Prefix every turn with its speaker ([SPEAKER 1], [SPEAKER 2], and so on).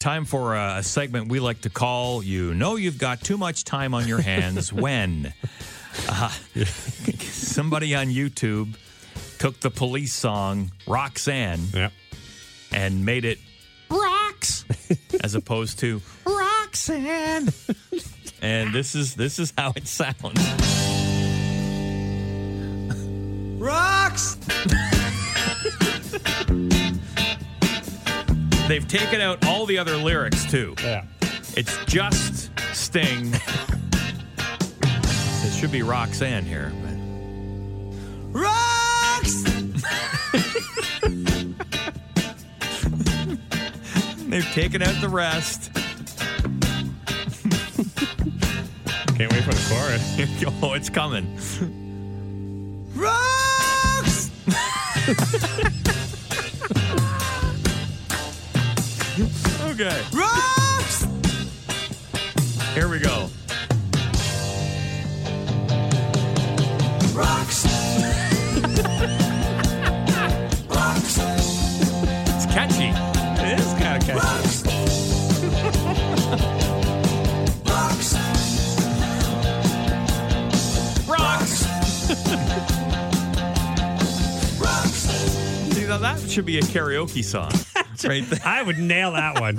[SPEAKER 1] time for a segment we like to call You Know You've Got Too Much Time on Your Hands When uh, somebody on YouTube took the police song Roxanne
[SPEAKER 2] Yep.
[SPEAKER 1] and made it Rox as opposed to Roxanne. and this is this is how it sounds.
[SPEAKER 3] Rocks!
[SPEAKER 1] They've taken out all the other lyrics too.
[SPEAKER 2] Yeah.
[SPEAKER 1] It's just Sting. it should be Roxanne here. But
[SPEAKER 3] Rocks!
[SPEAKER 1] they've taken out the rest.
[SPEAKER 2] Can't wait for the chorus.
[SPEAKER 1] oh, it's coming.
[SPEAKER 3] Rocks!
[SPEAKER 1] Okay.
[SPEAKER 3] Rocks!
[SPEAKER 1] Here we go.
[SPEAKER 3] Rocks! Rocks!
[SPEAKER 1] It's catchy.
[SPEAKER 2] it is kind of catchy.
[SPEAKER 3] Rocks! Rocks!
[SPEAKER 1] Rocks.
[SPEAKER 3] Rocks!
[SPEAKER 1] See, now that should be a karaoke song. right there.
[SPEAKER 2] I would nail that one.